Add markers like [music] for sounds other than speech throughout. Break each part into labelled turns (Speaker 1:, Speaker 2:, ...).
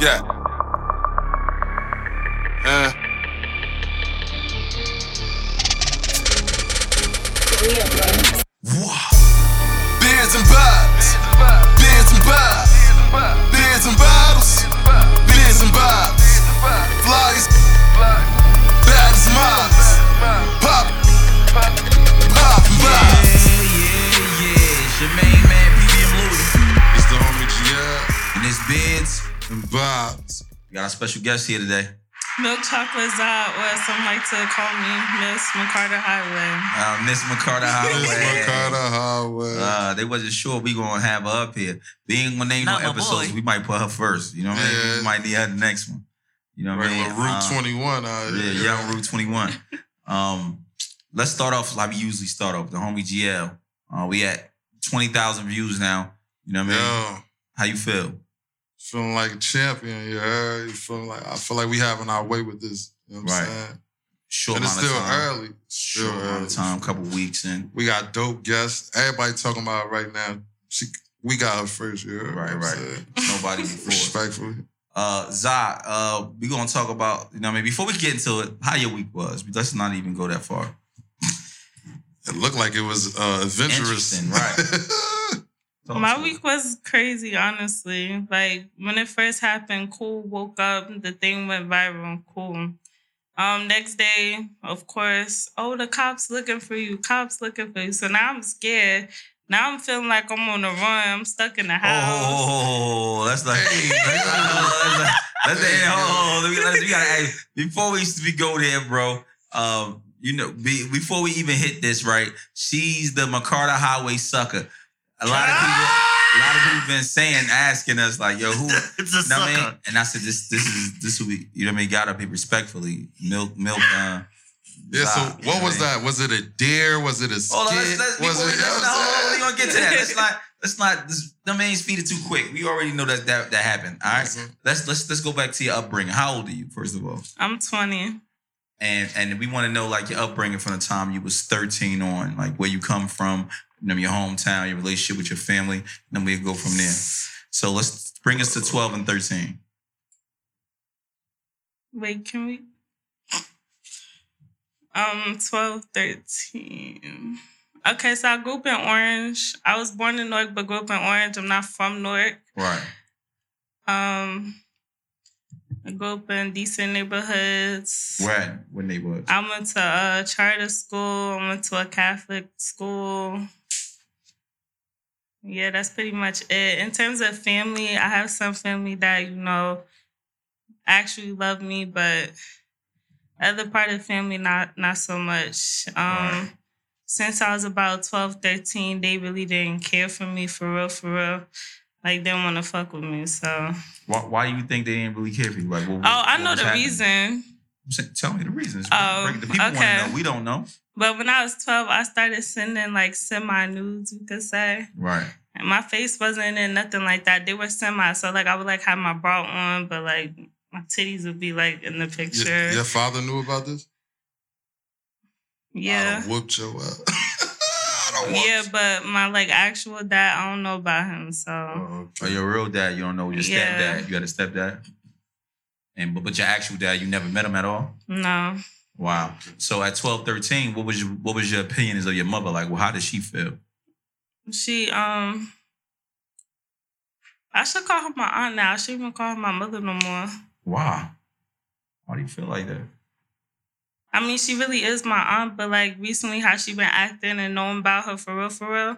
Speaker 1: Yeah. Uh, beers and vibes. Beers and vibes. Beers and bottles. Beers and vibes. Flies. Bad as mobs. Pop. Pop and vibes.
Speaker 2: yeah, yeah. It's your main man, PBM Louie.
Speaker 1: It's the homie G.I.
Speaker 2: And it's Bids.
Speaker 1: and vibes.
Speaker 2: We got a special guest here today.
Speaker 3: Milk chocolate Zod, or some like to call me Miss McCarter Highway.
Speaker 2: Uh, Miss McCarter
Speaker 1: It's
Speaker 2: Highway.
Speaker 1: Makata Highway.
Speaker 2: Uh, they wasn't sure we gonna have her up here. Being when they ain't no
Speaker 4: Not my
Speaker 2: episodes,
Speaker 4: boy.
Speaker 2: we might put her first. You know what I mean?
Speaker 1: Yeah.
Speaker 2: We might need her the next one. You know what I mean?
Speaker 1: Regular Route
Speaker 2: Uh,
Speaker 1: 21 out
Speaker 2: Yeah,
Speaker 1: here.
Speaker 2: Young Route 21. um, let's start off like we usually start off. The homie GL. Uh, we at 20,000 views now. You know what I mean?
Speaker 1: Yo,
Speaker 2: How you feel?
Speaker 1: feeling like a champion. You heard? You feeling like I feel like we having our way with this. You know what I'm
Speaker 2: Right.
Speaker 1: saying?
Speaker 2: Short
Speaker 1: and it's
Speaker 2: amount
Speaker 1: still
Speaker 2: of time.
Speaker 1: early.
Speaker 2: Short
Speaker 1: Still
Speaker 2: amount of
Speaker 1: early.
Speaker 2: time, couple weeks in.
Speaker 1: We got dope guests. Everybody talking about it right now. She, we got her first. You heard?
Speaker 2: Right,
Speaker 1: what I'm
Speaker 2: right.
Speaker 1: saying?
Speaker 2: [laughs] Nobody before.
Speaker 1: Respectfully.
Speaker 2: Uh Zai, uh, we gonna talk about, you know what I mean? Before we get into it, how your week was. Let's not even go that far.
Speaker 1: It looked like it was uh, adventurous.
Speaker 2: Interesting,
Speaker 1: [laughs]
Speaker 2: right. Talk
Speaker 3: My
Speaker 2: to us.
Speaker 3: week was crazy, honestly. Like when it first happened, cool woke up, the thing went viral, cool. Um, next day, of course, oh the cops looking for you, cops looking for you. So now I'm scared. Now I'm feeling like I'm on the run. I'm stuck in the
Speaker 2: Oh,
Speaker 3: house.
Speaker 2: Oh, oh, oh, that's like
Speaker 1: Hey.
Speaker 2: that's like- oh, that's like- that's the end. Oh, let me, let me, we gotta hey, before we we go there, bro. Um, you know, be, before we even hit this, right? She's the McCarter Highway sucker. A lot of people, a lot of people been saying, asking us like, "Yo, who?"
Speaker 4: It's a
Speaker 2: know what I
Speaker 4: sucker.
Speaker 2: mean? And I said, "This, this is this who we, you know what I mean? Gotta be respectfully, milk, milk." Uh,
Speaker 1: Yeah. So
Speaker 2: Zai, you know
Speaker 1: what was
Speaker 2: I mean?
Speaker 1: that? Was it a dare? Was it a skit?
Speaker 2: Hold on, let's, let's,
Speaker 1: was
Speaker 2: before we,
Speaker 1: it?
Speaker 2: let's not, hold on, we
Speaker 1: you know what
Speaker 2: gonna get to that. Let's not, let's not, this, the man's feed it too quick. We already know that that, that happened. All
Speaker 1: I'm
Speaker 2: right,
Speaker 1: saying?
Speaker 2: let's let's let's go back to your upbringing. How old are you, first of all?
Speaker 3: I'm 20.
Speaker 2: And and we want to know like your upbringing from the time you was thirteen on, like where you come from, you know, your hometown, your relationship with your family, and then we go from there. So let's bring us to twelve and thirteen.
Speaker 3: Wait, can we? Um, 12, 13. Okay, so I grew up in Orange. I was born in Newark, but grew up in Orange. I'm not from Newark.
Speaker 2: Right.
Speaker 3: Um, I grew up in decent neighborhoods.
Speaker 2: Where at? What neighborhood?
Speaker 3: I went to a charter school. I went to a Catholic school. Yeah, that's pretty much it. In terms of family, I have some family that, you know, actually love me, but other part of family not not so much. Um
Speaker 2: Right.
Speaker 3: since I was about 12, 13, they really didn't care for me for real, for real. Like they didn't want to fuck with me. So Oh,
Speaker 2: Why, why do you think they didn't really care for you? Like, what,
Speaker 3: I
Speaker 2: what
Speaker 3: know
Speaker 2: was
Speaker 3: the
Speaker 2: happening?
Speaker 3: reason.
Speaker 2: Say- Tell me the reasons.
Speaker 3: Oh,
Speaker 2: Bring- the people
Speaker 3: okay.
Speaker 2: want to know. We don't know.
Speaker 3: But when I was 12, I started sending like semi nudes, you could say.
Speaker 2: Right.
Speaker 3: And my face wasn't in nothing like that. They were semi. So like I would like have my bra on, but like my titties would be like in the picture.
Speaker 1: Your,
Speaker 3: Yeah.
Speaker 1: your father knew about this. I done whooped your ass. [laughs] I don't want
Speaker 3: Yeah, but my like actual dad, I don't know about him. So
Speaker 1: Oh,
Speaker 2: Or
Speaker 1: okay.
Speaker 2: your real dad, you don't know your
Speaker 3: Yeah.
Speaker 2: stepdad. You got a stepdad. And but, but your actual dad, you never met him at all?
Speaker 3: no.
Speaker 2: Wow. So at 12, 13, what was your, what was your opinions of your mother? Like, well, how did she feel?
Speaker 3: She um I should call her my aunt now. I shouldn't even call her my mother no more.
Speaker 2: Wow. Why do you feel like that?
Speaker 3: I mean, she really is my aunt, but like recently, how she been acting and knowing about her for real, for real,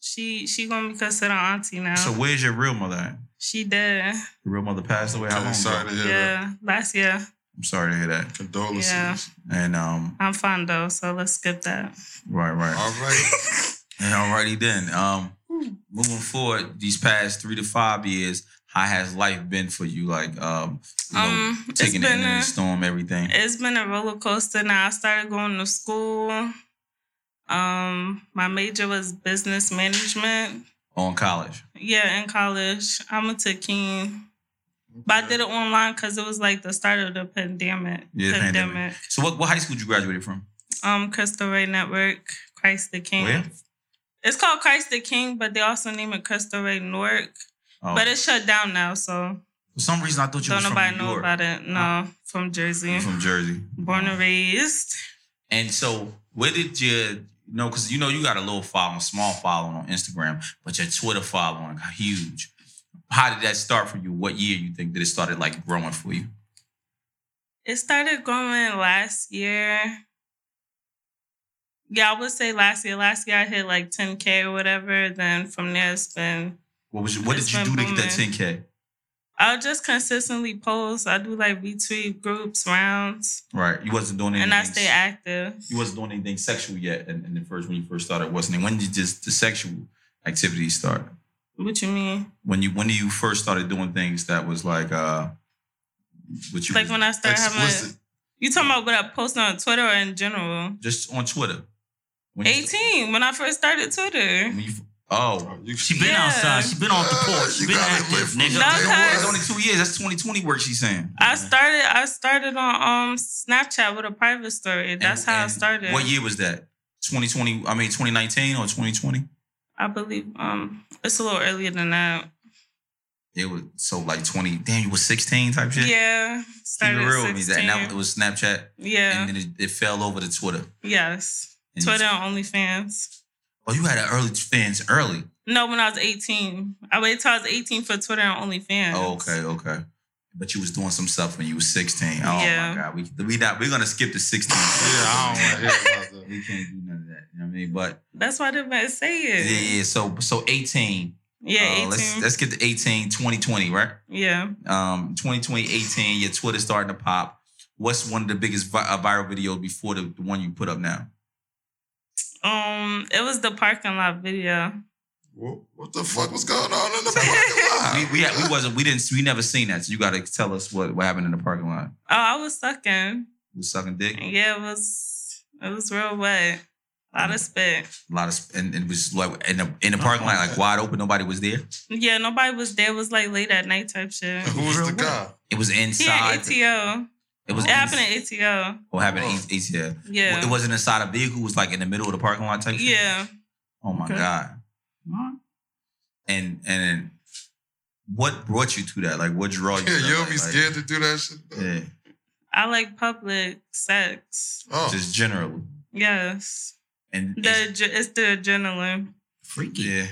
Speaker 3: she she gonna be considered auntie now.
Speaker 2: So where's your real mother at?
Speaker 3: she did,
Speaker 2: Your real mother passed away? How
Speaker 1: Okay,
Speaker 2: long
Speaker 1: sorry
Speaker 2: ago?
Speaker 1: to hear that.
Speaker 3: yeah, last year.
Speaker 2: I'm sorry to hear that.
Speaker 1: Condolences.
Speaker 3: Yeah.
Speaker 2: And um,
Speaker 3: I'm fine though, so let's skip that.
Speaker 2: right, right.
Speaker 1: All
Speaker 3: [laughs]
Speaker 1: right.
Speaker 2: And alrighty then. Um,
Speaker 3: Hmm.
Speaker 2: moving forward, these past three to five years, how has life been for you? Like, um, you know,
Speaker 3: Um, it's
Speaker 2: taking the
Speaker 3: been
Speaker 2: end of
Speaker 3: a-
Speaker 2: the storm, everything.
Speaker 3: It's been a roller coaster. Now I started going to school. Um, my major was business management.
Speaker 2: on college.
Speaker 3: Yeah, in college, I went to King, but I did it online because it was like the start of the pandemic.
Speaker 2: Yeah, pandemic.
Speaker 3: pandemic.
Speaker 2: So what, what high school did you graduate from?
Speaker 3: um Crystal Ray Network, Christ the King.
Speaker 2: Where?
Speaker 3: It's called Christ the King, but they also name it Crystal Ray Newark.
Speaker 2: Oh,
Speaker 3: But it's shut down now, so
Speaker 2: For some reason, I thought you
Speaker 3: Don't
Speaker 2: was from
Speaker 3: nobody
Speaker 2: New
Speaker 3: know
Speaker 2: York.
Speaker 3: about it. No, from Jersey.
Speaker 2: You From Oh. Jersey.
Speaker 3: Born and raised.
Speaker 2: And so, where did your, you know, because you know you got a little following, small following on Instagram, but your Twitter following got huge. How did that start for you? What year you think that it started like growing for you?
Speaker 3: It started growing last year. Yeah, I would say last year. Last year I hit like 10K or whatever. Then from there it's been
Speaker 2: What was you, what did
Speaker 3: It's
Speaker 2: you do
Speaker 3: been
Speaker 2: to get that
Speaker 3: booming.
Speaker 2: 10k?
Speaker 3: I'll just consistently post. I do like retweet groups, rounds,
Speaker 2: Right, you wasn't doing anything.
Speaker 3: and I stay active.
Speaker 2: You wasn't doing anything sexual yet, in, in the first when you first started, wasn't it? When did just the sexual activity start?
Speaker 3: What you mean?
Speaker 2: When you when you first started doing things that was like uh, what you
Speaker 3: Like when I started having.
Speaker 1: Explicit.
Speaker 3: You talking about what I post on Twitter or in general?
Speaker 2: just on Twitter. When you-
Speaker 3: 18 when I first started Twitter.
Speaker 2: when you, oh,
Speaker 1: You,
Speaker 4: She been
Speaker 3: Yeah.
Speaker 4: outside. She been off the
Speaker 1: Uh,
Speaker 4: porch.
Speaker 1: [laughs]
Speaker 4: She
Speaker 1: you
Speaker 4: been
Speaker 1: gotta
Speaker 4: active,
Speaker 1: live for
Speaker 4: nigga.
Speaker 1: the
Speaker 3: That's
Speaker 1: day.
Speaker 3: her-
Speaker 2: That's only two years. That's 2020 work she's saying.
Speaker 3: I started I started on um Snapchat with a private story. That's
Speaker 2: And-
Speaker 3: how I
Speaker 2: and
Speaker 3: started.
Speaker 2: What year was that? 2020, I mean 2019 or 2020?
Speaker 3: I believe um it's a little earlier than that.
Speaker 2: It was so like 20, damn, you was 16 type shit.
Speaker 3: Yeah.
Speaker 2: Keep
Speaker 3: Started
Speaker 2: it
Speaker 3: at
Speaker 2: real with me. That, and
Speaker 3: 16.
Speaker 2: that it was Snapchat.
Speaker 3: yeah.
Speaker 2: And then it, it fell over to Twitter.
Speaker 3: yes.
Speaker 2: And
Speaker 3: Twitter
Speaker 2: You,
Speaker 3: and OnlyFans.
Speaker 2: oh, you had an early fans early.
Speaker 3: No, when I was 18. I waited till I was 18 for Twitter and OnlyFans.
Speaker 2: Oh, okay, okay. But you was doing some stuff when you was 16. Oh
Speaker 3: Yeah.
Speaker 2: my god. We we not we're gonna skip the 16.
Speaker 1: Yeah, I don't want to hear about that.
Speaker 2: [laughs] we can't do none of that. You know what I mean? But
Speaker 3: That's why I didn't say
Speaker 2: yeah,
Speaker 3: it.
Speaker 2: yeah. So so 18.
Speaker 3: Yeah,
Speaker 2: Uh,
Speaker 3: 18.
Speaker 2: let's let's get to 18, 2020, right?
Speaker 3: yeah.
Speaker 2: um 2020 18 your twitter's starting to pop what's one of the biggest vi- uh, viral videos before the, the one you put up now
Speaker 3: Um, it was the parking lot video. Oh,
Speaker 1: What, what the fuck was going on in the parking
Speaker 2: we,
Speaker 1: lot?
Speaker 2: we, had- we wasn't we didn't we never seen that so you gotta tell us what, what happened in the parking lot
Speaker 3: Oh, I was sucking.
Speaker 2: you was sucking dick a
Speaker 3: Yeah, it was it was real wet. A
Speaker 2: Mm.
Speaker 3: lot of spit.
Speaker 2: lot of sp- and, and it was like in the in the parking lot like wide open nobody was there
Speaker 3: Yeah, nobody was there. It was like late at night type
Speaker 2: [laughs]
Speaker 3: shit.
Speaker 1: [laughs] Who was the
Speaker 2: Real
Speaker 1: guy?
Speaker 2: it was
Speaker 3: Yeah,
Speaker 2: inside
Speaker 3: ATO.
Speaker 2: it was
Speaker 3: It happened at ATO.
Speaker 2: what happened at eight, yeah.
Speaker 3: Yeah.
Speaker 2: it wasn't inside a vehicle it was like in the middle of the parking lot type shit?
Speaker 3: yeah.
Speaker 2: oh my
Speaker 4: Okay.
Speaker 2: god and and what brought you to that like what draw you to
Speaker 1: Yeah,
Speaker 2: that?
Speaker 1: you don't
Speaker 2: Like-
Speaker 1: be
Speaker 2: like-
Speaker 1: scared to do that shit.
Speaker 2: yeah
Speaker 3: I like public sex.
Speaker 1: Oh,
Speaker 2: just generally.
Speaker 3: Yes.
Speaker 2: And
Speaker 3: The
Speaker 2: it's-
Speaker 3: adre- it's the adrenaline.
Speaker 4: Freaky.
Speaker 2: yeah,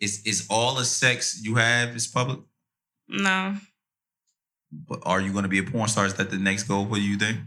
Speaker 2: it's it's all the sex you have is public.
Speaker 3: No.
Speaker 2: But are you going to be a porn star? Is that the next goal for you? Think?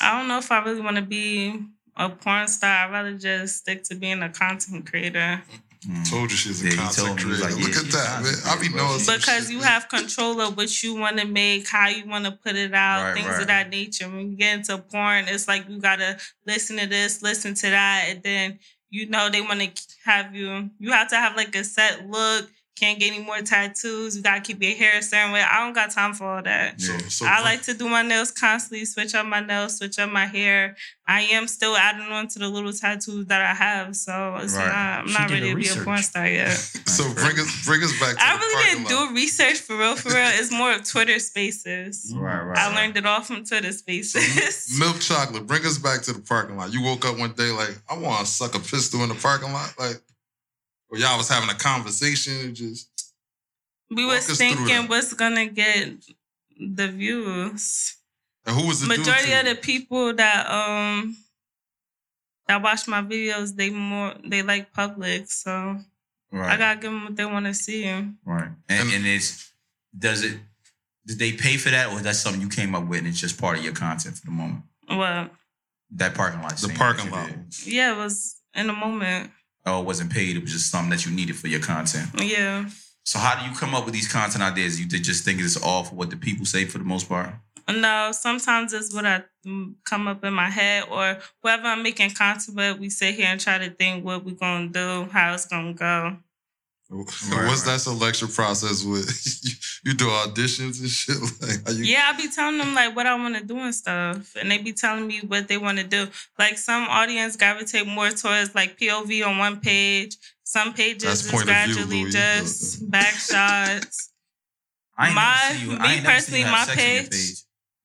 Speaker 3: I don't know if I really want to be a porn star. I'd rather just stick to being a content creator.
Speaker 2: Mm.
Speaker 1: told you she's a
Speaker 2: Yeah, he told
Speaker 1: content
Speaker 2: me, he was
Speaker 1: creator.
Speaker 2: like, yeah,
Speaker 1: Look at
Speaker 2: she's
Speaker 1: that,
Speaker 2: a
Speaker 1: man.
Speaker 2: content
Speaker 1: I be
Speaker 2: creator,
Speaker 1: knowing some
Speaker 3: because
Speaker 1: shit,
Speaker 3: you
Speaker 1: man.
Speaker 3: have control of what you want to make, how you want to put it out,
Speaker 2: Right,
Speaker 3: things
Speaker 2: right.
Speaker 3: of that nature. When you get into porn, it's like you gotta listen to this, listen to that, and then you know they want to have you. You have to have like a set look. Can't get any more tattoos. You gotta keep your hair a certain way. I don't got time for all that.
Speaker 1: So,
Speaker 2: Yeah.
Speaker 1: so
Speaker 3: I like to do my nails constantly, switch up my nails, switch up my hair. I am still adding on to the little tattoos that I have, so it's
Speaker 2: Right.
Speaker 3: not, I'm
Speaker 4: She
Speaker 3: not
Speaker 4: did
Speaker 3: ready to
Speaker 4: her
Speaker 3: be a
Speaker 4: research.
Speaker 3: porn star yet.
Speaker 1: So bring us, bring us back. To
Speaker 3: I
Speaker 1: the
Speaker 3: really
Speaker 1: parking
Speaker 3: didn't
Speaker 1: lot.
Speaker 3: do research for real, for real. It's more of Twitter spaces.
Speaker 2: Right, right.
Speaker 3: I learned it all from Twitter spaces.
Speaker 1: Milk chocolate, bring us back to the parking lot. You woke up one day like, I want to suck a pistol in the parking lot. Like, or y'all was having a conversation. and just
Speaker 3: we
Speaker 1: Walk
Speaker 3: was
Speaker 1: us through
Speaker 3: thinking
Speaker 1: that.
Speaker 3: what's gonna get the views.
Speaker 1: and who was the
Speaker 3: Majority
Speaker 1: dude
Speaker 3: of the people that um that watch my videos, they more they like public, so
Speaker 2: Right,
Speaker 3: I Um, gotta give them what they want to see.
Speaker 2: right. And, and it's does it? Did they pay for that, or is that something you came up with and it's just part of your content for the moment?
Speaker 3: Well,
Speaker 2: That parking lot.
Speaker 1: the
Speaker 2: scene
Speaker 1: parking
Speaker 2: that you
Speaker 1: lot.
Speaker 2: did.
Speaker 3: yeah, it was in the moment.
Speaker 2: Oh, it wasn't paid. It was just something that you needed for your content.
Speaker 3: Yeah,
Speaker 2: So how do you come up with these content ideas? You did just think it's all for what the people say for the most part.
Speaker 3: No, sometimes it's what I mm, come up in my head or whoever I'm making content with, we sit here and try to think what we're gonna do, how it's gonna go.
Speaker 2: Right,
Speaker 1: What's
Speaker 2: right.
Speaker 1: that selection process with? [laughs] you, you do auditions and shit. [laughs] Like, are you?
Speaker 3: Yeah, I be telling them like what I wanna do and stuff. And they be telling me what they wanna do. Like some audience gravitate more towards like POV on one page. Some
Speaker 1: That's
Speaker 3: pages is
Speaker 1: point of view,
Speaker 3: gradually
Speaker 1: Louis.
Speaker 3: just back shots.
Speaker 2: I ain't never
Speaker 3: My-
Speaker 2: see you- I
Speaker 3: me
Speaker 2: ain't never see you
Speaker 3: personally,
Speaker 2: have
Speaker 3: my
Speaker 2: sex on your
Speaker 3: page-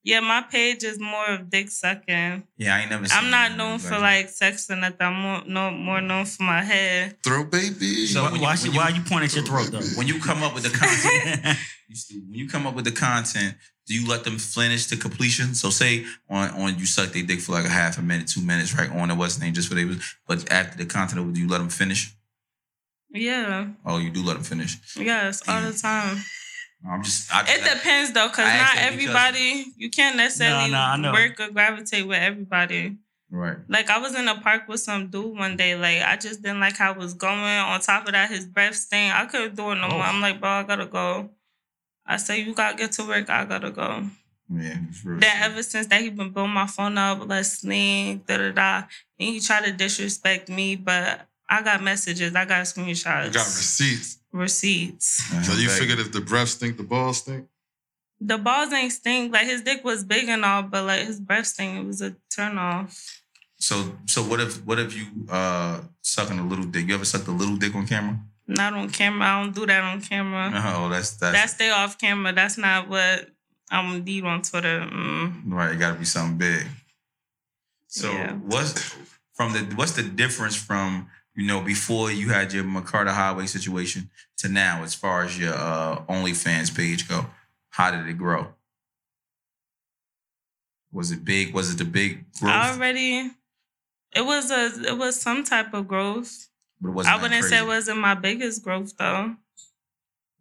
Speaker 3: Yeah, my page is more of dick sucking.
Speaker 2: Yeah, I ain't never.
Speaker 3: I'm
Speaker 2: seen
Speaker 3: not
Speaker 2: that
Speaker 3: known for
Speaker 2: version.
Speaker 3: like sex and nothing. I'm more, no, more known for my hair.
Speaker 1: Throw baby.
Speaker 4: So
Speaker 2: When you-
Speaker 4: why,
Speaker 2: when
Speaker 4: she,
Speaker 2: you-
Speaker 4: why are you pointing at your throat though?
Speaker 2: when you come up with the content, [laughs] you see, when you come up with the content, do you let them finish to completion? So say on on you suck their dick for like a half a minute, two minutes, right on the what's name, just for they was. But after the content, over, do you let them finish?
Speaker 3: Yeah,
Speaker 2: Oh, you do let them finish.
Speaker 3: yes, all the time.
Speaker 2: I'm just. I,
Speaker 3: It depends though, cause
Speaker 2: I ask
Speaker 3: not
Speaker 2: that because-
Speaker 3: everybody. You can't necessarily
Speaker 4: nah, I know.
Speaker 3: work or gravitate with everybody.
Speaker 2: Right.
Speaker 3: Like I was in a park with some dude one day. Like I just didn't like how it was going. On top of that, his breath stank. I couldn't do it no
Speaker 4: Oh.
Speaker 3: more. I'm like, bro, I gotta go. I say you gotta get to work. I gotta go.
Speaker 2: Yeah. it's real
Speaker 3: Then
Speaker 2: shit.
Speaker 3: ever since that, he been blowing my phone up. Let's sling, da da da. And he tried to disrespect me, but I got messages. I got screenshots,
Speaker 1: you got receipts.
Speaker 3: receipts.
Speaker 2: Uh-huh.
Speaker 1: So you
Speaker 2: Back-
Speaker 1: figured if the breath stink, the balls stink.
Speaker 3: The balls ain't stink. Like his dick was big and all, but like his breath stink. It was a turn off.
Speaker 2: So so what if what if you uh sucking a little dick? You ever sucked a little dick on camera?
Speaker 3: Not on camera. I don't do that on camera.
Speaker 2: Oh, that's that's,
Speaker 3: That stay off camera. That's not what I'm gonna need on Twitter. Mm.
Speaker 2: right. It got to be something big. So
Speaker 3: Yeah.
Speaker 2: what's from the what's the difference from you know before you had your McCarter Highway situation to now as far as your uh, OnlyFans page go? How did it grow? Was it big? Was it the big growth?
Speaker 3: I already. It was a. It was some type of growth.
Speaker 2: but it wasn't
Speaker 3: I
Speaker 2: that
Speaker 3: wouldn't say
Speaker 2: crazy.
Speaker 3: it wasn't my biggest growth though.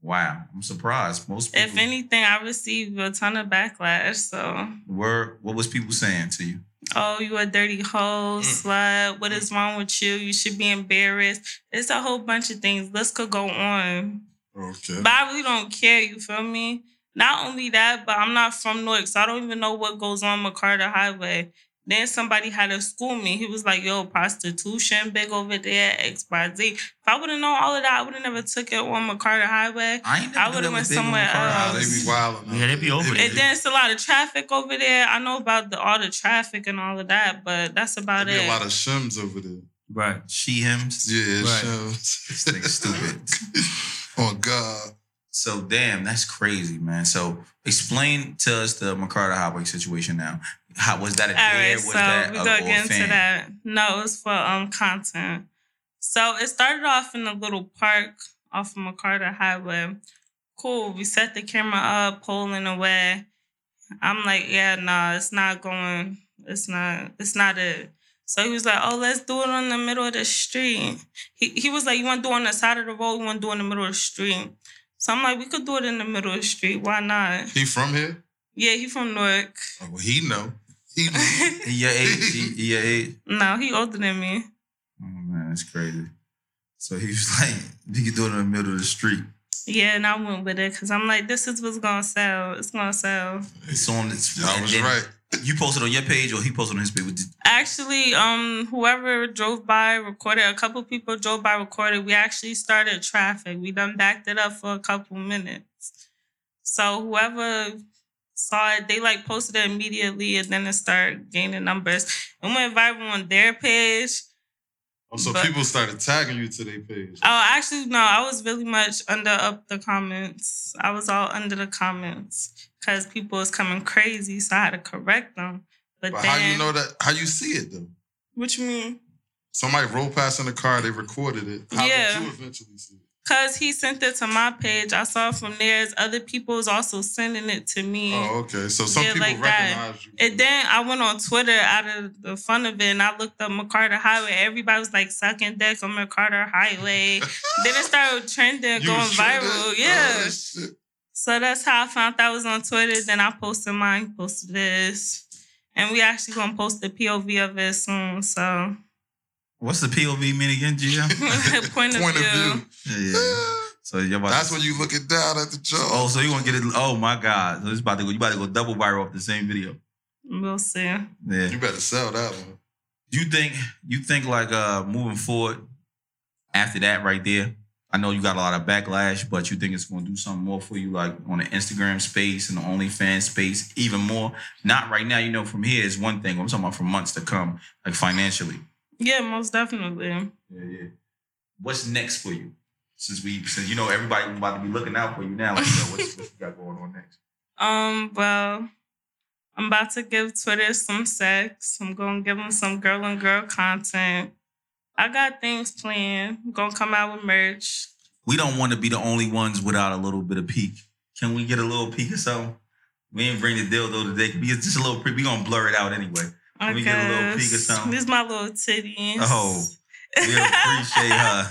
Speaker 2: Wow, I'm surprised. Most people,
Speaker 3: If anything, I received a ton of backlash. So,
Speaker 2: were what was people saying to you?
Speaker 3: oh, you a dirty
Speaker 2: Mm.
Speaker 3: hoe, slut. What is wrong with you? You should be embarrassed. It's a whole bunch of things. This could go on.
Speaker 1: Okay.
Speaker 3: But I really don't care. You feel me? Not only that, but I'm not from Newark, so I don't even know what goes on McCarter Highway. Then somebody had to school me. He was like, "Yo, prostitution big over there, X, Y, Z." If I would have known all of that, I would have never took it on McCarter Highway.
Speaker 2: I ain't never knew
Speaker 3: I would've
Speaker 2: that
Speaker 3: went
Speaker 2: was big on
Speaker 3: somewhere
Speaker 2: McCarter
Speaker 1: Nah,
Speaker 2: Highway.
Speaker 1: they be wild.
Speaker 4: Yeah, they be over
Speaker 3: And then it's a lot of traffic over there. I know about the all the traffic and all of that, but that's
Speaker 1: There
Speaker 3: about
Speaker 1: be
Speaker 3: it.
Speaker 1: a lot of shims over there.
Speaker 4: Right.
Speaker 2: She hims.
Speaker 1: Yeah,
Speaker 4: Right.
Speaker 1: shims.
Speaker 2: This nigga stupid.
Speaker 1: [laughs] oh God.
Speaker 2: So damn, that's crazy, man. So explain to us the McCarter Highway situation now. How was that a
Speaker 3: all
Speaker 2: dare?
Speaker 3: right,
Speaker 2: was
Speaker 3: so
Speaker 2: that
Speaker 3: we're
Speaker 2: a-
Speaker 3: gonna
Speaker 2: or a
Speaker 3: get into
Speaker 2: fan?
Speaker 3: that. No, it's for um content. So it started off in a little park off of MacArthur Highway. Cool. We set the camera up, pulling away. I'm like, yeah, nah, it's not going. It's not. It's not it. So he was like, oh, let's do it on the middle of the street. He he was like, you want to do it on the side of the road? You want to do it in the middle of the street? So I'm like, we could do it in the middle of the street. Why not?
Speaker 1: He from here?
Speaker 3: Yeah, he from Newark. [laughs]
Speaker 1: Oh, well, he know. He know.
Speaker 2: He Your age, he- he your age.
Speaker 3: no, he older than me.
Speaker 2: Oh man, that's crazy. So he was [laughs] like, "You can do it in the middle of the street."
Speaker 3: Yeah, and I went with it because I'm like, this is what's gonna sell. It's gonna sell.
Speaker 2: It's on. It's
Speaker 1: I
Speaker 2: and
Speaker 1: was
Speaker 2: then
Speaker 1: right.
Speaker 2: You posted on your page, or he posted on his page. Did-
Speaker 3: Actually, um, whoever drove by recorded. A couple people drove by recorded. We actually started traffic. We done backed it up for a couple minutes. So whoever saw it, they like posted it immediately, and then it started gaining numbers. It went viral on their page.
Speaker 1: Oh, so
Speaker 3: But-
Speaker 1: people started tagging you to their page.
Speaker 3: Oh, actually, no, I was really much under up the comments. I was all under the comments because people was coming crazy, so I had to correct them. But,
Speaker 1: but
Speaker 3: then,
Speaker 1: how you know that? How you see it though?
Speaker 3: what you mean?
Speaker 1: Somebody rolled past in the car. They recorded it. How
Speaker 3: Yeah.
Speaker 1: did you eventually see it?
Speaker 3: Cause he sent it to my page. I saw from there. as Other people was also sending it to me.
Speaker 1: Oh, okay. So some
Speaker 3: Yeah,
Speaker 1: people
Speaker 3: like that.
Speaker 1: recognize you.
Speaker 3: And then I went on Twitter out of the fun of it, and I looked up McCarter Highway. Everybody was like sucking dick on McCarter
Speaker 1: [laughs]
Speaker 3: Highway. then it started trending,
Speaker 1: You
Speaker 3: going
Speaker 1: was trending?
Speaker 3: viral.
Speaker 1: Oh,
Speaker 3: Yeah.
Speaker 1: shit.
Speaker 3: So that's how I found that was on Twitter. Then I posted mine, he posted this. And we actually gonna post the POV of it soon. So [laughs]
Speaker 2: What's the POV mean again,
Speaker 1: [laughs]
Speaker 2: GM?
Speaker 3: point of
Speaker 1: Point
Speaker 3: view.
Speaker 2: yeah, yeah. So you're about
Speaker 1: That's
Speaker 2: to-
Speaker 1: when you looking down at the job.
Speaker 2: Oh, so you gonna get it? Oh my God! So it's about to go. You about to go double viral off the same video.
Speaker 3: We'll see.
Speaker 2: Yeah.
Speaker 1: You better sell that one.
Speaker 2: you think you think like uh moving forward after that right there i know you got a lot of backlash but you think it's going to do something more for you like on the instagram space and the onlyfans space even more not right now you know from here is one thing i'm talking about for months to come like financially
Speaker 3: Yeah, most definitely.
Speaker 2: yeah yeah what's next for you since we since you know everybody about to be looking out for you now like you know, what's, what you got going on next
Speaker 3: Um, well, I'm about to give Twitter some sex. I'm gonna give them some girl and girl content. I got things planned. I'm gonna come out with merch.
Speaker 2: We don't want to be the only ones without a little bit of peek. Can we get a little peek or something? We ain't bring the dildo today. We just just a little. pre- We gonna blur it out anyway.
Speaker 3: I
Speaker 2: Let me
Speaker 3: guess.
Speaker 2: get a little peek or something.
Speaker 3: These my little titties.
Speaker 2: Oh, we appreciate
Speaker 3: [laughs]
Speaker 2: her.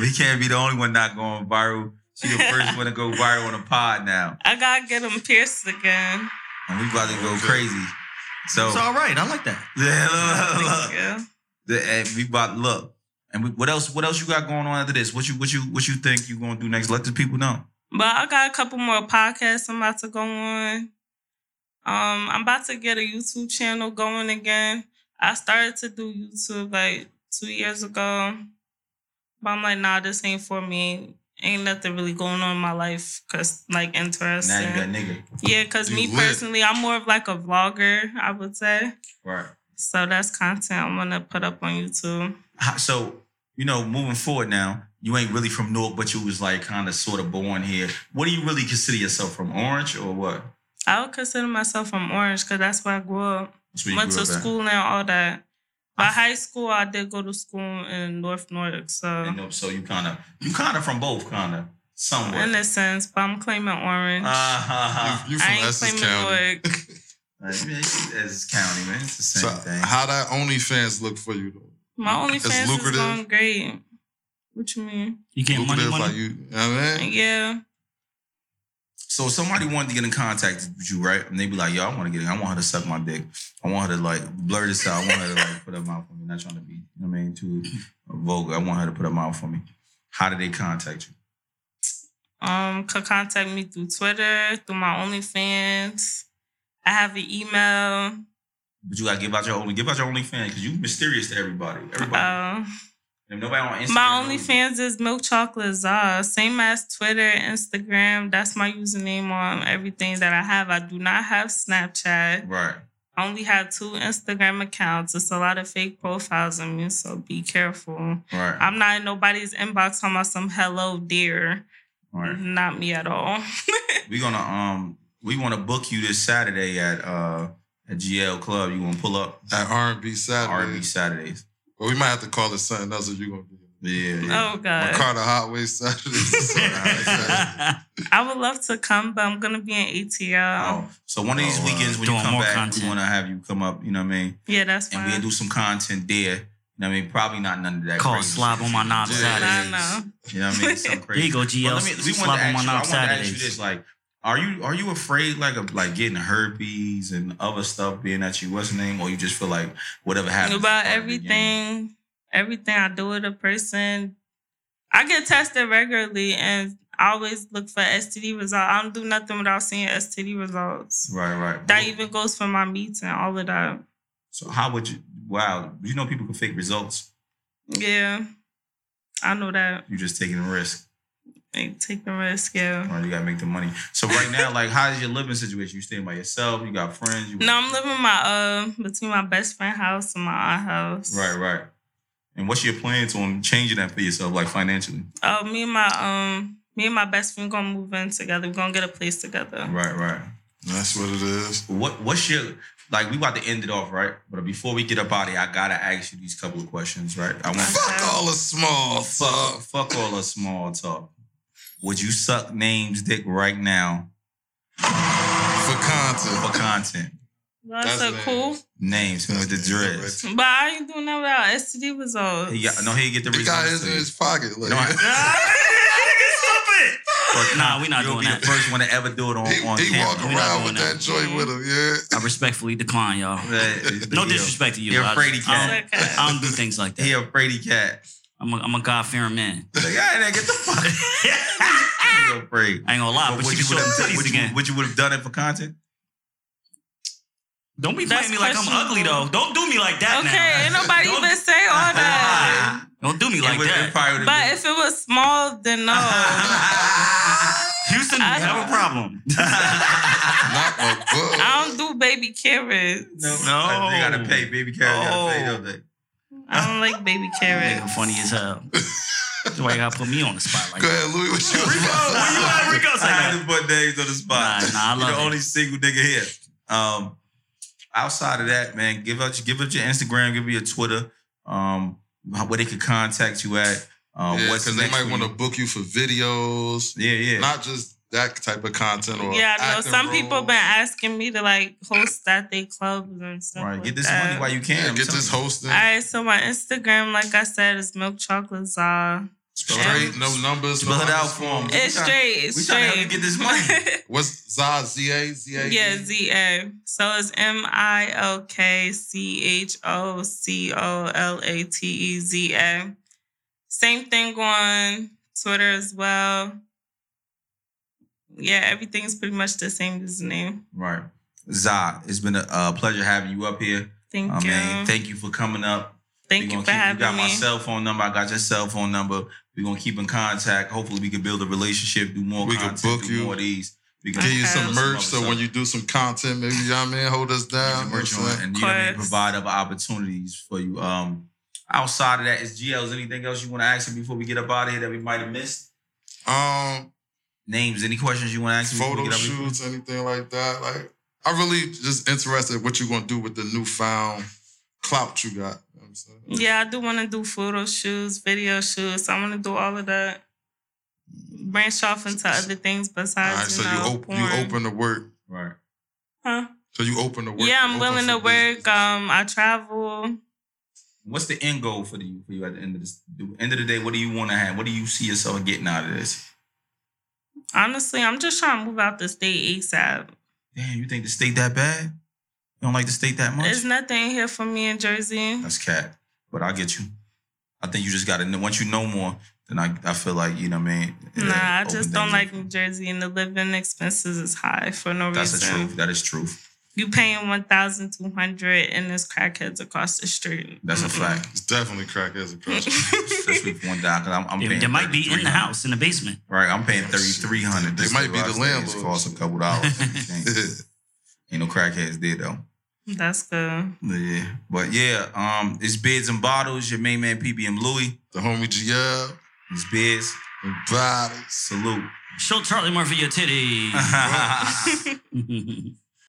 Speaker 2: We can't be the only one not going viral. She the first one to go viral on a pod now,
Speaker 3: I gotta get them pierced again.
Speaker 2: and we about to go crazy. So
Speaker 4: It's all right. I like that.
Speaker 2: [laughs] yeah, look, look, look.
Speaker 3: Thank you.
Speaker 2: The- and we about look. And we, what else? What else you got going on after this? What you what you what you think you gonna do next? Let the people know.
Speaker 3: But I got a couple more podcasts I'm about to go on. Um, I'm about to get a YouTube channel going again. I started to do YouTube like two years ago. But I'm like, nah, this ain't for me. Ain't nothing really going on in my life cause like interesting.
Speaker 2: Now you got nigga.
Speaker 3: yeah, cause
Speaker 1: You
Speaker 3: me
Speaker 1: lit.
Speaker 3: personally, I'm more of like a vlogger, I would say.
Speaker 2: Right.
Speaker 3: So that's content I'm gonna put up on YouTube.
Speaker 2: How- So you know, moving forward now, you ain't really from Newark, but you was like kind of sort of born here. What do you really consider yourself from Orange or what?
Speaker 3: I would consider myself from Orange because that's where I grew up.
Speaker 2: That's where you
Speaker 3: Went
Speaker 2: grew
Speaker 3: to
Speaker 2: up at?
Speaker 3: school and all that. By high school, I did go to school in North Nordic, so
Speaker 2: You know, so you kind of you kind of from both kind of somewhere. [laughs]
Speaker 3: in a sense, but I'm claiming Orange.
Speaker 2: Uh-huh.
Speaker 1: Ah, You, you
Speaker 3: I
Speaker 1: from
Speaker 3: ain't
Speaker 1: Essex
Speaker 3: claiming
Speaker 1: County.
Speaker 3: Newark.
Speaker 2: Like, man, it's- it's county, man. It's the same
Speaker 1: So
Speaker 2: thing.
Speaker 1: how that OnlyFans look for you though? [laughs]
Speaker 3: My
Speaker 1: It's
Speaker 3: OnlyFans is
Speaker 1: lucrative.
Speaker 3: going great. What you mean?
Speaker 4: You can't money,
Speaker 1: Lucrative, like
Speaker 4: money.
Speaker 1: you, you know what I mean?
Speaker 3: Yeah.
Speaker 2: so if somebody wanted to get in contact with you, right? And they be like, yo, I want to get in. I want her to suck my dick. I want her to like blur this out. I want her to like put her mouth on me. Not trying to be, you know what I mean, too vulgar. I want her to put her mouth on me. How do they contact you?
Speaker 3: Um, could contact me through Twitter, through my OnlyFans. I have an email.
Speaker 2: But you gotta give out your only give out your only fan because you mysterious to everybody. Everybody.
Speaker 3: Uh,
Speaker 2: if nobody on Instagram.
Speaker 3: My
Speaker 2: knows you.
Speaker 3: OnlyFans is Milk Chocolate Za. Same as Twitter, Instagram. That's my username on everything that I have. I do not have Snapchat.
Speaker 2: Right.
Speaker 3: I only have two Instagram accounts. It's a lot of fake profiles in me, so be careful.
Speaker 2: Right.
Speaker 3: I'm not in nobody's inbox talking about some hello dear.
Speaker 2: right.
Speaker 3: Not me at all. [laughs]
Speaker 2: we gonna um we wanna book you this Saturday at uh at GL Club. You wanna pull up
Speaker 1: At R&B
Speaker 2: R and
Speaker 1: Saturday.
Speaker 2: B Saturdays.
Speaker 1: But we might have to call it something else if you're going to be.
Speaker 2: Yeah. yeah.
Speaker 3: Oh God.
Speaker 1: Ricardo
Speaker 2: [laughs]
Speaker 1: Hotway
Speaker 4: [laughs]
Speaker 1: Saturday.
Speaker 3: I would love to come, but I'm gonna be in ATL.
Speaker 2: Oh, so one of these
Speaker 4: Oh, uh,
Speaker 2: weekends when you
Speaker 4: doing
Speaker 2: come
Speaker 4: more
Speaker 2: back, we
Speaker 4: content.
Speaker 2: wanna have you come up, you know what I mean?
Speaker 3: Yeah, that's
Speaker 2: And we'll
Speaker 3: fine.
Speaker 2: do some content there. You know what I mean? Probably not none of that.
Speaker 4: Call
Speaker 2: crazy
Speaker 4: slob
Speaker 2: shit
Speaker 4: on my
Speaker 2: you
Speaker 4: knob
Speaker 2: do.
Speaker 4: Saturday.
Speaker 3: I know.
Speaker 2: You know what I mean? Some
Speaker 3: [laughs]
Speaker 4: There you
Speaker 2: crazy.
Speaker 4: go, GL.
Speaker 2: Well, let me, we
Speaker 4: slap
Speaker 2: wanted to
Speaker 4: him
Speaker 2: ask
Speaker 4: on
Speaker 2: you, I
Speaker 4: knob
Speaker 2: wanted to ask you
Speaker 4: Saturdays.
Speaker 2: this, like, are you are you afraid like of like getting herpes and other stuff being at you? What's the name? Or you just feel like whatever happens is
Speaker 3: about
Speaker 2: part of the game?
Speaker 3: everything, everything I do with a person. I get tested regularly and I always look for STD results. I don't do nothing without seeing STD results.
Speaker 2: Right, right.
Speaker 3: That even goes for my meets and all of that.
Speaker 2: So how would you? Wow, you know people can fake results.
Speaker 3: Yeah, I know that.
Speaker 2: You're just taking a risk,
Speaker 3: Ain't taking risk, yeah.
Speaker 2: or you gotta make the money. So right now, like, how is your living situation? You staying by yourself? You got friends? You
Speaker 3: No, I'm living in my uh between my best friend house and my aunt house.
Speaker 2: Right, right. And what's your plans on changing that for yourself, like financially?
Speaker 3: Oh, me and my um me and my best friend gonna move in together. We're gonna get a place together.
Speaker 2: Right, right.
Speaker 1: That's what it is.
Speaker 2: What What's your like? We about to end it off, right? But before we get up out of here, I gotta ask you these couple of questions, right? I want
Speaker 1: Fuck
Speaker 3: Uh.
Speaker 1: all the small stuff.
Speaker 2: fuck all the small talk. Would you suck names dick right now
Speaker 1: For
Speaker 2: for
Speaker 1: content.
Speaker 2: content?
Speaker 3: That's,
Speaker 1: That's
Speaker 3: so
Speaker 1: nice.
Speaker 3: cool.
Speaker 2: Names with the dreads.
Speaker 3: But I ain't doing that without STD results.
Speaker 2: He got, no, he get the
Speaker 1: He got
Speaker 2: results.
Speaker 1: his in
Speaker 2: to you.
Speaker 1: his pocket. Like,
Speaker 2: You know, [laughs] I- But
Speaker 4: Nah, we not
Speaker 2: you'll be
Speaker 4: doing that.
Speaker 2: the first one to ever do it on, on
Speaker 1: [laughs] he he
Speaker 2: camera.
Speaker 1: walk
Speaker 4: We not
Speaker 1: around
Speaker 4: doing
Speaker 1: with that
Speaker 4: that.
Speaker 1: joint with him, yeah.
Speaker 4: [laughs] I respectfully decline, y'all.
Speaker 2: That-
Speaker 4: No
Speaker 2: he-
Speaker 4: disrespect to you.
Speaker 2: You're
Speaker 4: I-
Speaker 2: afraid he
Speaker 4: I
Speaker 2: can't.
Speaker 4: don't-
Speaker 3: It's
Speaker 2: [laughs]
Speaker 3: okay.
Speaker 4: I don't do things like
Speaker 2: He
Speaker 4: that.
Speaker 2: a Brady cat.
Speaker 4: I'm a, I'm a God fearing man.
Speaker 2: Like, all right, then, get the
Speaker 4: [laughs]
Speaker 2: fuck. He a Brady.
Speaker 4: I ain't gonna lie,
Speaker 2: But
Speaker 4: but,
Speaker 2: what
Speaker 4: she
Speaker 2: you
Speaker 4: can show
Speaker 2: would
Speaker 4: them
Speaker 2: have
Speaker 4: titties
Speaker 2: what
Speaker 4: again.
Speaker 2: you, what you would have done it for content?
Speaker 4: don't be
Speaker 3: That's
Speaker 4: playing me like I'm ugly though.
Speaker 3: questionable.
Speaker 4: Don't do me like that
Speaker 3: Okay, ain't
Speaker 4: now.
Speaker 3: nobody
Speaker 4: Don't-
Speaker 3: even say all that.
Speaker 2: Uh-huh.
Speaker 4: Don't do me
Speaker 2: It
Speaker 4: like
Speaker 2: would- it
Speaker 4: that.
Speaker 2: probably would've
Speaker 3: But
Speaker 2: been-
Speaker 3: if it was small, then
Speaker 2: [laughs]
Speaker 3: no.
Speaker 2: Uh-huh.
Speaker 4: Houston,
Speaker 3: I-
Speaker 4: I have a
Speaker 2: [laughs]
Speaker 4: problem. [laughs]
Speaker 1: Not a book.
Speaker 3: I don't do baby carrots.
Speaker 2: no,
Speaker 4: No.
Speaker 2: they gotta pay, baby cat. Gotta pay,
Speaker 4: Oh.
Speaker 2: don't they?
Speaker 3: I don't like baby
Speaker 4: Nigga,
Speaker 3: carrots.
Speaker 4: funny as hell. That's why you gotta put me on
Speaker 2: [laughs]
Speaker 4: the spot like
Speaker 1: Go
Speaker 4: that.
Speaker 1: ahead, Louis. What you was
Speaker 4: Nah,
Speaker 1: about [laughs]
Speaker 4: [laughs] where you at, Rico?
Speaker 2: I
Speaker 4: Say
Speaker 2: had
Speaker 4: that.
Speaker 2: to put names on the spot.
Speaker 4: Nah, nah, I
Speaker 2: You're
Speaker 4: love
Speaker 2: the
Speaker 4: it.
Speaker 2: only single nigga here. Um, outside of that, man, give out give out your Instagram, give me your Twitter, um, how- where they can contact you at. Um,
Speaker 1: yeah,
Speaker 2: what's
Speaker 1: because they
Speaker 2: next for
Speaker 1: might want to
Speaker 2: you.
Speaker 1: book you for videos,
Speaker 2: Yeah, yeah.
Speaker 1: not just that type of content. Or
Speaker 3: Yeah, I know
Speaker 1: acting
Speaker 3: some people
Speaker 1: roles.
Speaker 3: been asking me to like host at their clubs and stuff.
Speaker 2: right, get
Speaker 3: like
Speaker 2: this
Speaker 3: that.
Speaker 2: money while you can.
Speaker 1: Yeah,
Speaker 2: I'm
Speaker 1: get
Speaker 2: telling
Speaker 1: this
Speaker 2: you.
Speaker 1: hosting
Speaker 3: All right, so my Instagram, like I said, is milk chocolate czar.
Speaker 1: straight, no numbers. No
Speaker 2: Spell it out for 'em.
Speaker 1: underscores.
Speaker 3: It's
Speaker 2: tryna-
Speaker 3: straight. It's
Speaker 2: we tryna
Speaker 3: straight.
Speaker 2: help you get this
Speaker 3: [laughs]
Speaker 2: money.
Speaker 1: What's Za Z A Z A?
Speaker 3: yeah, Z A. So it's M I L K C H O C O L A T E Z A. Same thing on Twitter as well. Yeah, everything's pretty much the same username.
Speaker 2: Right, Za, it's been a uh, pleasure having you up here.
Speaker 3: Thank
Speaker 2: I
Speaker 3: you.
Speaker 2: mean, thank you for coming up.
Speaker 3: Thank
Speaker 2: We
Speaker 3: you
Speaker 2: gonna
Speaker 3: for
Speaker 2: keep-
Speaker 3: having
Speaker 2: You got
Speaker 3: me.
Speaker 2: my cell phone number. I got your cell phone number. We're gonna keep in contact. Hopefully, we can build a relationship, do more
Speaker 1: We can
Speaker 2: content,
Speaker 1: book
Speaker 2: do
Speaker 1: you.
Speaker 2: more of these. We can
Speaker 1: Give you
Speaker 3: Okay.
Speaker 1: some merch so
Speaker 2: other
Speaker 1: when
Speaker 2: stuff.
Speaker 1: you do some content, maybe you know what I mean, hold us
Speaker 2: Get
Speaker 1: down.
Speaker 2: your
Speaker 1: you know
Speaker 2: merch
Speaker 1: what I'm
Speaker 2: on,
Speaker 1: saying?
Speaker 2: and you know what I mean,
Speaker 3: Course.
Speaker 2: provide other opportunities for you. Um, outside of that, is GLs anything else you want to ask me before we get up out of here that we might have missed?
Speaker 1: Um,
Speaker 2: Names? Any questions you want to ask me? before we
Speaker 1: photo
Speaker 2: get up here?
Speaker 1: shoots, anything like that. Like, I really just interested what you're gonna do with the newfound clout you got. You know what I'm saying?
Speaker 3: Yeah, I do want to do photo shoots, video shoots. I want to do all of that. Branch off into other things
Speaker 1: All
Speaker 3: besides.
Speaker 1: right, so
Speaker 3: you, know,
Speaker 1: you open
Speaker 3: porn.
Speaker 1: you open to work.
Speaker 2: Right.
Speaker 3: Huh?
Speaker 1: So you open to work.
Speaker 3: yeah, I'm
Speaker 1: you open
Speaker 3: willing
Speaker 1: for
Speaker 3: to work.
Speaker 1: business.
Speaker 3: Um, I travel.
Speaker 2: What's the end goal for you? For you at the end of this the end of the day, what do you want to have? What do you see yourself getting out of this?
Speaker 3: Honestly, I'm just trying to move out the state ASAP.
Speaker 2: Damn, you think the state that bad? You don't like the state that much?
Speaker 3: There's nothing here for me in Jersey.
Speaker 2: That's cat. But I get you. I think you just gotta know once you know more, then I I feel like, you know what I mean? it
Speaker 3: Nah, I
Speaker 2: open
Speaker 3: just don't
Speaker 2: things
Speaker 3: like
Speaker 2: up.
Speaker 3: New Jersey, and the living expenses is high for no
Speaker 2: That's the
Speaker 3: reason.
Speaker 2: truth. That is truth.
Speaker 3: You paying one thousand two hundred, and there's crackheads across the street.
Speaker 2: That's a
Speaker 3: Mm-mm.
Speaker 2: fact.
Speaker 1: It's definitely
Speaker 3: [laughs]
Speaker 1: crack as a crush.
Speaker 2: Especially if one die, 'cause I'm, I'm
Speaker 4: They,
Speaker 2: paying.
Speaker 4: they might be in the
Speaker 2: 3300.
Speaker 4: house in the basement.
Speaker 2: Right, I'm paying thirty three hundred.
Speaker 1: They might be the
Speaker 2: It
Speaker 1: landlord.
Speaker 2: costs a couple
Speaker 4: [laughs]
Speaker 2: dollars. Ain't no crackheads there though.
Speaker 3: That's good.
Speaker 2: Yeah, but yeah, um, it's Bids and Bottles. Your main man PBM Louis.
Speaker 1: [laughs] the homie GL
Speaker 2: It's Bids.
Speaker 1: and bodies.
Speaker 4: [laughs]
Speaker 2: Salute.
Speaker 4: Show Charlie Murphy your titty.
Speaker 2: All
Speaker 4: All